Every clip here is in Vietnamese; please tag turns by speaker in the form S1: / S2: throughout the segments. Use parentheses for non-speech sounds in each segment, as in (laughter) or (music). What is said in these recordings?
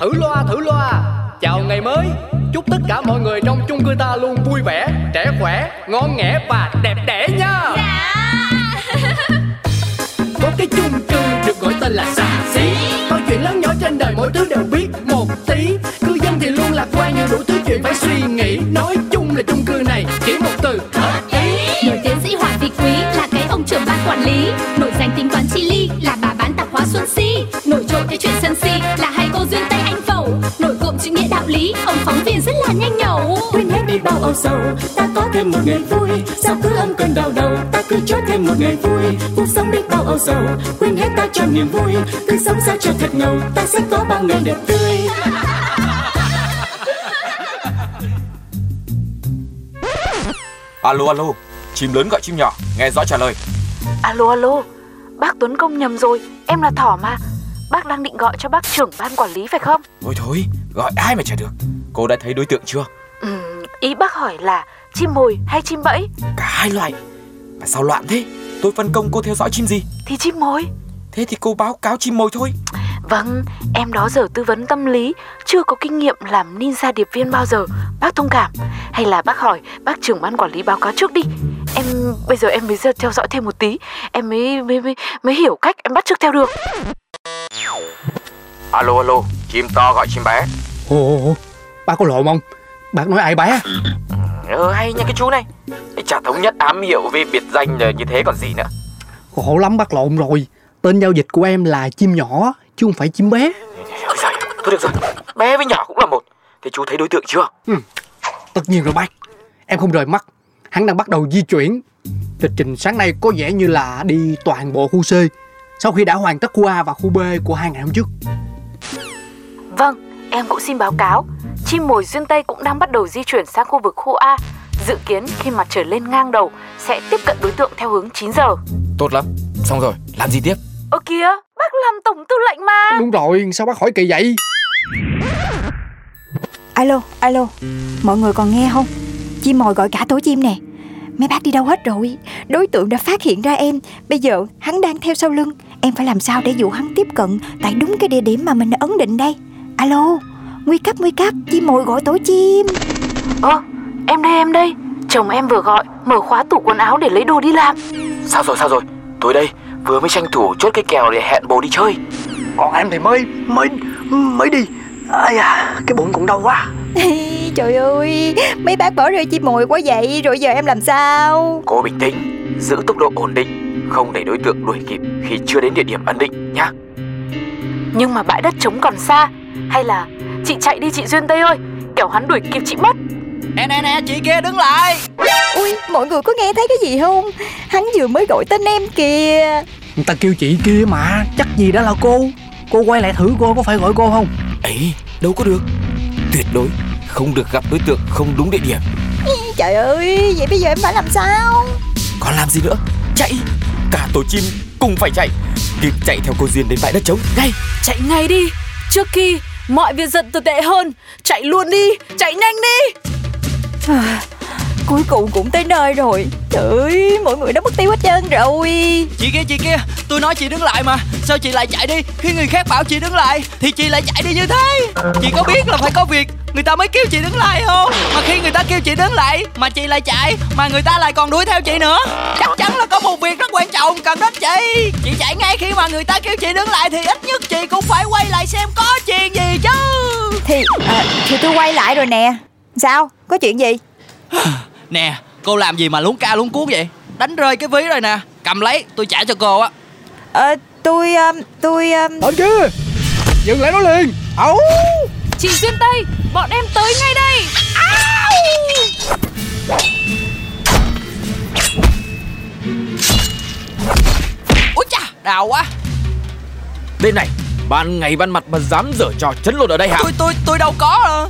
S1: thử loa thử loa chào ngày mới chúc tất cả mọi người trong chung cư ta luôn vui vẻ trẻ khỏe ngon nghẻ và đẹp đẽ nha (laughs) có cái chung cư được gọi tên là xà xí mọi chuyện lớn nhỏ trên đời mỗi thứ đều biết một tí cư dân thì luôn lạc quan nhưng đủ thứ chuyện phải suy nghĩ nói chung là chung cư này chỉ một từ hợp ý
S2: Nổi tiến sĩ Hoàng Thị Quý là cái ông trưởng ban quản lý Nổi danh tính toán chi ly là bà bán tạp hóa Xuân Si Nổi trội cái chuyện sân si là hai cô duyên tay anh phẩu Nổi cộm chữ nghĩa đạo lý, ông phóng viên rất là nhanh nhẩu
S3: quên hết đi bao âu sầu ta có thêm một ngày vui sao cứ âm cơn đau đầu ta cứ cho thêm một ngày vui cuộc sống đi bao âu sầu quên hết ta cho niềm vui cứ sống sao cho thật ngầu ta sẽ có bao ngày đẹp tươi
S4: Alo alo, chim lớn gọi chim nhỏ, nghe rõ trả lời.
S5: Alo alo, bác Tuấn Công nhầm rồi, em là Thỏ mà. Bác đang định gọi cho bác trưởng ban quản lý phải không?
S4: Ôi thôi, gọi ai mà trả được. Cô đã thấy đối tượng chưa?
S5: Ừm, Ừ, ý bác hỏi là chim mồi hay chim bẫy?
S4: Cả hai loài. Mà sao loạn thế? Tôi phân công cô theo dõi chim gì?
S5: Thì chim mồi.
S4: Thế thì cô báo cáo chim mồi thôi.
S5: Vâng, em đó giờ tư vấn tâm lý, chưa có kinh nghiệm làm ninja điệp viên bao giờ. Bác thông cảm. Hay là bác hỏi bác trưởng ban quản lý báo cáo trước đi. Em bây giờ em mới giờ theo dõi thêm một tí, em mới mới mới, mới hiểu cách em bắt chước theo được.
S4: Alo alo, chim to gọi chim bé.
S1: ồ ồ ồ, bác có lộn không bác nói ai bé
S4: Ờ hay nha cái chú này. Chả thống nhất ám hiệu về biệt danh là như thế còn gì nữa.
S1: khổ lắm bác lộn rồi tên giao dịch của em là chim nhỏ chứ không phải chim bé
S4: Ôi giời, thôi được rồi, bé với nhỏ cũng là một. Thế chú thấy đối tượng chưa?
S1: Tất nhiên rồi bác Em không rời mắt Hắn đang bắt đầu di chuyển Lịch trình sáng nay có vẻ như là đi toàn bộ khu C Sau khi đã hoàn tất khu A và khu B của hai ngày hôm trước
S5: Vâng, em cũng xin báo cáo, chim mồi duyên Tây cũng đang bắt đầu di chuyển sang khu vực khu A. Dự kiến khi mặt trời lên ngang đầu sẽ tiếp cận đối tượng theo hướng 9 giờ.
S4: Tốt lắm, xong rồi, làm gì tiếp?
S5: Ơ kìa, bác làm tổng tư lệnh mà.
S1: Đúng rồi, sao bác hỏi kỳ vậy?
S6: Alo, alo, mọi người còn nghe không? Chim mồi gọi cả tổ chim nè Mấy bác đi đâu hết rồi Đối tượng đã phát hiện ra em Bây giờ hắn đang theo sau lưng Em phải làm sao để dụ hắn tiếp cận Tại đúng cái địa điểm mà mình đã ấn định đây Alo, nguy cấp nguy cấp Chim mồi gọi tổ chim (laughs)
S5: Ơ, em đây em đây. Chồng em vừa gọi, mở khóa tủ quần áo để lấy đồ đi làm.
S4: Sao rồi, sao rồi? Tôi đây, vừa mới tranh thủ chốt cái kèo để hẹn bồ đi chơi.
S1: Còn em thì mới, mới, mới đi Ây à, cái bụng cũng đau quá
S6: Trời ơi, mấy bác bỏ rơi chim mồi quá vậy Rồi giờ em làm sao
S4: Cô bình tĩnh, giữ tốc độ ổn định, không để đối tượng đuổi kịp khi chưa đến địa điểm ấn định nhá.
S5: Nhưng mà bãi đất trống còn xa. Hay là chị chạy đi chị duyên Tây ơi, kẻo hắn đuổi kịp chị mất.
S7: Nè nè nè chị kia đứng lại
S6: Ui, mọi người có nghe thấy cái gì không Hắn vừa mới gọi tên em kìa
S1: Người ta kêu chị kia mà, chắc gì đã là cô Cô quay lại thử cô có phải gọi cô không?
S4: Ấy, đâu có được. Tuyệt đối không được gặp đối tượng không đúng địa điểm.
S6: Trời ơi, vậy bây giờ em phải làm sao
S4: Còn làm gì nữa? Chạy! Cả tổ chim cùng phải chạy. Kịp chạy theo cô Duyên đến bãi đất trống. Ngay!
S7: Chạy ngay đi Trước khi mọi việc dần tồi tệ hơn Chạy luôn đi Chạy nhanh đi
S6: À, cuối cùng cũng tới nơi rồi Trời ơi, mọi người đã mất tiêu hết trơn rồi
S7: Chị kia chị kia Tôi nói chị đứng lại mà Sao chị lại chạy đi Khi người khác bảo chị đứng lại Thì chị lại chạy đi như thế Chị có biết là phải có việc Người ta mới kêu chị đứng lại không Mà khi người ta kêu chị đứng lại Mà chị lại chạy Mà người ta lại còn đuổi theo chị nữa Chắc chắn là có một việc rất quan trọng cần đến chị Chị chạy ngay khi mà người ta kêu chị đứng lại Thì ít nhất chị cũng phải quay lại xem có chuyện gì chứ
S6: Thì à, thì tôi quay lại rồi nè Sao, có chuyện gì
S7: Nè, cô làm gì mà luống ca luống cuốn vậy? Đánh rơi cái ví rồi nè, cầm lấy, tôi trả cho cô á.
S6: Ờ, tôi, um, tôi um,
S1: Tên kia, dừng lại nó liền Ấu
S2: Chị Duyên Tây, bọn em tới ngay đây
S7: Úi chà, đau quá.
S4: Bên này, ban ngày ban mặt mà dám dở trò chấn lột ở đây hả?
S7: Tôi tôi tôi đâu có.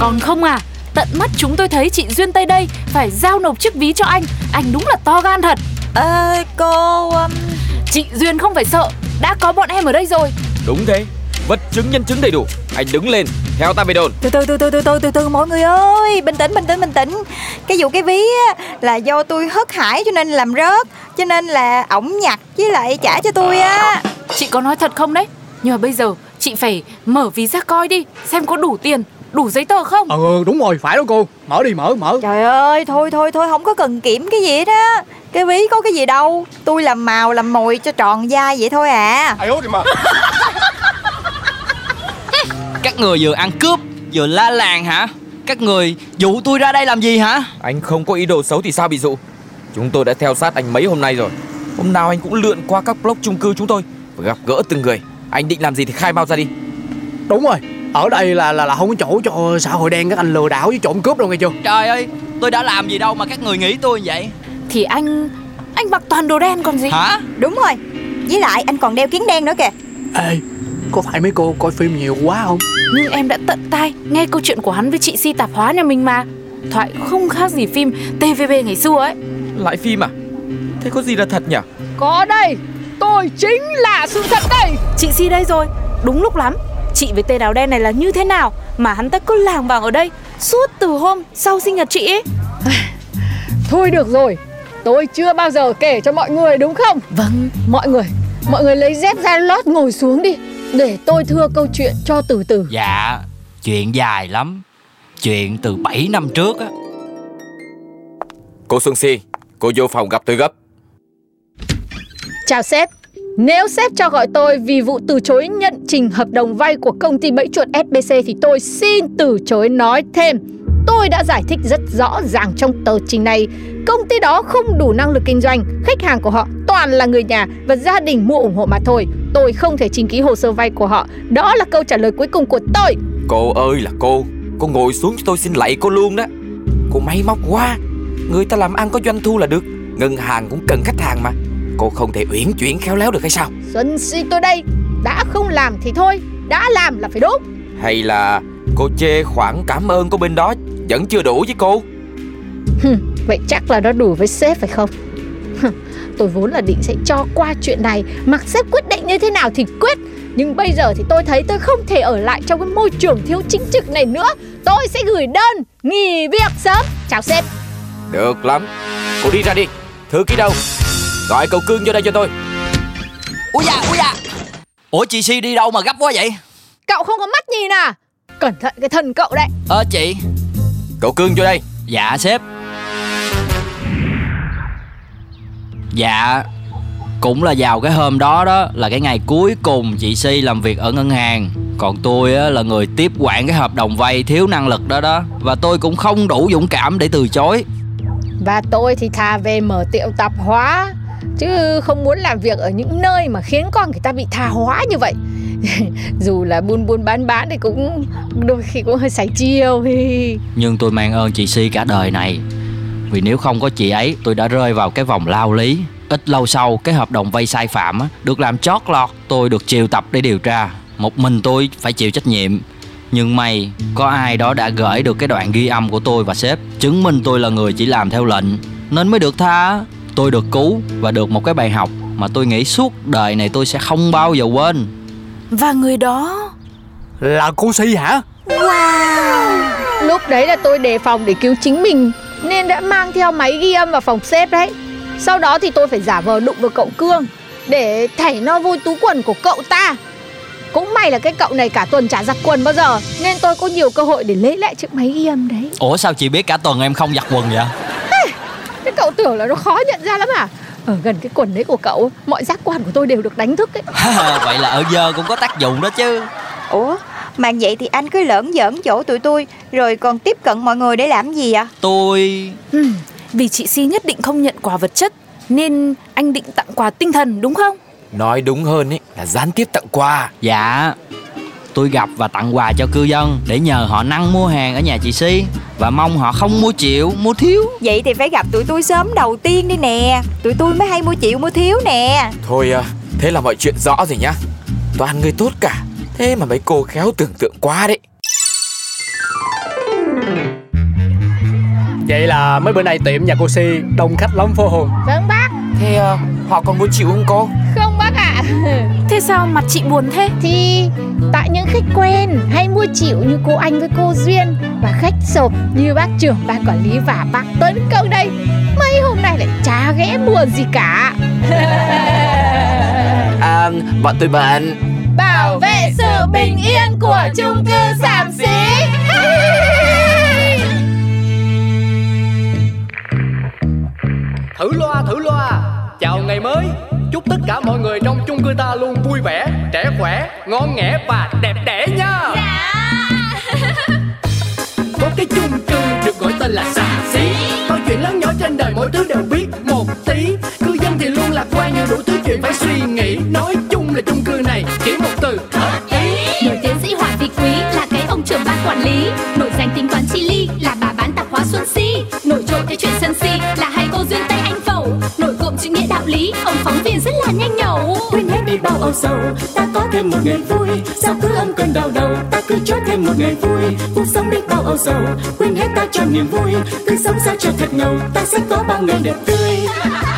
S2: Còn không à, tận mắt chúng tôi thấy chị Duyên Tây đây Phải giao nộp chiếc ví cho anh Anh đúng là to gan thật
S6: ờ, Cô, um,
S2: Chị Duyên không phải sợ, đã có bọn em ở đây rồi
S4: Đúng thế, vật chứng nhân chứng đầy đủ. Anh đứng lên, theo ta về đồn.
S6: từ từ từ từ từ từ từ từ mọi người ơi Bình tĩnh, bình tĩnh, bình tĩnh Cái vụ cái ví á, là do tôi hớt hải cho nên làm rớt Cho nên là ổng nhặt với lại trả cho tôi á
S2: Chị có nói thật không đấy Nhưng mà bây giờ
S5: chị phải mở ví ra coi đi xem có đủ tiền đủ giấy tờ không
S1: Ờ đúng rồi phải đó cô Mở đi mở mở
S6: Trời ơi, thôi thôi thôi, không có cần kiểm cái gì đó Cái ví có cái gì đâu Tôi làm màu làm mồi cho tròn da vậy thôi à
S7: Các người vừa ăn cướp Vừa la làng hả Các người dụ tôi ra đây làm gì hả
S4: Anh không có ý đồ xấu thì sao bị dụ Chúng tôi đã theo sát anh mấy hôm nay rồi Hôm nào anh cũng lượn qua các block chung cư chúng tôi Và gặp gỡ từng người Anh định làm gì thì khai bao ra đi
S1: Đúng rồi Ở đây là là là không có chỗ cho xã hội đen các anh lừa đảo với trộm cướp đâu nghe chưa
S7: Trời ơi Tôi đã làm gì đâu mà các người nghĩ tôi như vậy
S5: thì anh anh mặc toàn đồ đen còn gì
S7: Hả
S6: Đúng rồi, với lại anh còn đeo kiến đen nữa kìa
S1: Ê Có phải mấy cô coi phim nhiều quá không
S5: nhưng em đã tận tai nghe câu chuyện của hắn với chị si tạp hóa nhà mình mà thoại không khác gì phim TVB ngày xưa ấy
S4: Lại phim à Thế có gì là thật nhỉ
S8: Có đây, tôi chính là sự thật đây
S5: chị si đây rồi đúng lúc lắm chị với tê đào đen này là như thế nào mà hắn ta cứ làng vàng ở đây suốt từ hôm sau sinh nhật chị ấy
S8: Thôi được rồi, tôi chưa bao giờ kể cho mọi người đúng không? Vâng Mọi người, mọi người lấy dép ra lót ngồi xuống đi Để tôi thưa câu chuyện cho từ từ
S7: Dạ Chuyện dài lắm Chuyện từ 7 năm trước á
S4: Cô Xuân Si Cô vô phòng gặp tôi gấp
S8: Chào sếp nếu sếp cho gọi tôi vì vụ từ chối nhận trình hợp đồng vay của công ty bẫy chuột SBC thì tôi xin từ chối nói thêm. Tôi đã giải thích rất rõ ràng trong tờ trình này, công ty đó không đủ năng lực kinh doanh, khách hàng của họ toàn là người nhà và gia đình mua ủng hộ mà thôi. Tôi không thể trình ký hồ sơ vay của họ. Đó là câu trả lời cuối cùng của tôi.
S4: Cô ơi là cô Cô ngồi xuống cho tôi xin lạy cô luôn đó Cô máy móc quá Người ta làm ăn có doanh thu là được Ngân hàng cũng cần khách hàng mà Cô không thể uyển chuyển khéo léo được hay sao
S8: Xuân si tôi đây, đã không làm thì thôi, đã làm là phải đúng.
S4: Hay là cô chê khoảng cảm ơn của bên đó Vẫn chưa đủ với cô
S8: Hừ, vậy chắc là nó đủ với sếp phải không? Hừ, tôi vốn là định sẽ cho qua chuyện này Mặc sếp quyết định như thế nào thì quyết Nhưng bây giờ thì tôi thấy tôi không thể ở lại trong cái môi trường thiếu chính trực này nữa Tôi sẽ gửi đơn, nghỉ việc sớm Chào sếp
S4: Được lắm Cô đi ra đi Thư ký đâu Gọi cậu Cương vô đây cho tôi
S7: Úi da úi da Ủa chị Si đi đâu mà gấp quá vậy
S8: Cậu không có mắt nhìn à? Cẩn thận cái thân cậu đấy
S7: Ờ chị
S4: Cậu Cương vô đây
S7: Dạ sếp Dạ Cũng là vào cái hôm đó đó Là cái ngày cuối cùng chị Si làm việc ở ngân hàng Còn tôi á, là người tiếp quản cái hợp đồng vay thiếu năng lực đó đó Và tôi cũng không đủ dũng cảm để từ chối
S8: Và tôi thì thà về mở tiệm tạp hóa Chứ không muốn làm việc ở những nơi mà khiến con người ta bị tha hóa như vậy (laughs) Dù là buôn buôn bán bán thì cũng đôi khi cũng hơi sải chiêu (laughs)
S7: Nhưng tôi mang ơn chị Si cả đời này Vì nếu không có chị ấy tôi đã rơi vào cái vòng lao lý Ít lâu sau cái hợp đồng vay sai phạm á, được làm chót lọt Tôi được triệu tập để điều tra Một mình tôi phải chịu trách nhiệm Nhưng may có ai đó đã gửi được cái đoạn ghi âm của tôi và sếp Chứng minh tôi là người chỉ làm theo lệnh Nên mới được tha Tôi được cứu và được một cái bài học Mà tôi nghĩ suốt đời này tôi sẽ không bao giờ quên
S5: và người đó
S1: Là cô Si hả
S8: Lúc đấy là tôi đề phòng để cứu chính mình Nên đã mang theo máy ghi âm vào phòng sếp đấy Sau đó thì tôi phải giả vờ đụng vào cậu Cương Để thảy no vô túi quần của cậu ta Cũng may là cái cậu này cả tuần chả giặt quần bao giờ Nên tôi có nhiều cơ hội để lấy lại chiếc máy ghi âm đấy
S7: Ủa sao chị biết cả tuần em không giặt quần vậy?
S8: Cái cậu tưởng là nó khó nhận ra lắm à Ở gần cái quần đấy của cậu Mọi giác quan của tôi đều được đánh thức ấy
S7: (laughs) Vậy là ở dơ cũng có tác dụng đó chứ
S6: Ủa, mà vậy thì anh cứ lỡn giỡn chỗ tụi tôi Rồi còn tiếp cận mọi người để làm gì ạ?
S7: Tôi
S5: Ừm, vì chị si nhất định không nhận quà vật chất nên anh định tặng quà tinh thần đúng không
S4: Nói đúng hơn ấy là gián tiếp tặng quà
S7: Dạ Tôi gặp và tặng quà cho cư dân Để nhờ họ năng mua hàng ở nhà chị Si Và mong họ không mua chịu, mua thiếu
S6: Vậy thì phải gặp tụi tôi sớm đầu tiên đi nè Tụi tôi mới hay mua chịu mua thiếu nè
S4: Thôi à, thế là mọi chuyện rõ rồi nhá Toàn người tốt cả Thế mà mấy cô khéo tưởng tượng quá đấy
S1: Vậy là mấy bữa nay tiệm nhà cô Si Đông khách lắm phố hồn
S8: Vâng bác
S4: Thế à, họ còn muốn chịu không cô?
S8: Không bác ạ
S5: thế sao mặt chị buồn thế
S8: Thì tại những khách quen hay mua chịu như cô Anh với cô Duyên Và khách sộp như bác trưởng ban quản lý và bác Tuấn Công đây Mấy hôm nay lại chả
S4: (laughs)
S8: ghé mua gì cả
S4: À, Ờ, bọn tôi bệnh
S8: bảo vệ sự bình yên của chung cư Sảm Xí.
S1: Thử loa thử loa Chào ngày mới Chúc tất cả mọi người trong chung cư ta luôn vui vẻ Trẻ khỏe, ngon nghẻ và đẹp đẽ nha (laughs) Có cái chung cư được gọi tên là xà xí Mọi chuyện lớn nhỏ trên đời mỗi thứ đều biết một tí Cư dân thì luôn lạc quan nhưng đủ thứ chuyện phải suy nghĩ Nói chung là chung cư này chỉ một từ hợp ý
S2: Nổi tiến sĩ Hoàng Thị Quý là cái ông trưởng ban quản lý Nổi danh tính toán chi ly là bà bán tạp hóa Xuân Si Nổi trội cái chuyện sân si là hai cô duyên Tây Anh Phẩu Nổi cộm chữ nghĩa đạo lý, ông phóng viên rất là nhanh nhẩu
S3: quên hết đi bao âu sầu ta có thêm một ngày vui sao cứ âm cơn đau đầu ta cứ cho thêm một ngày vui cuộc sống biết bao âu sầu quên hết ta cho niềm vui cứ sống sao cho thật ngầu ta sẽ có bao ngày đẹp tươi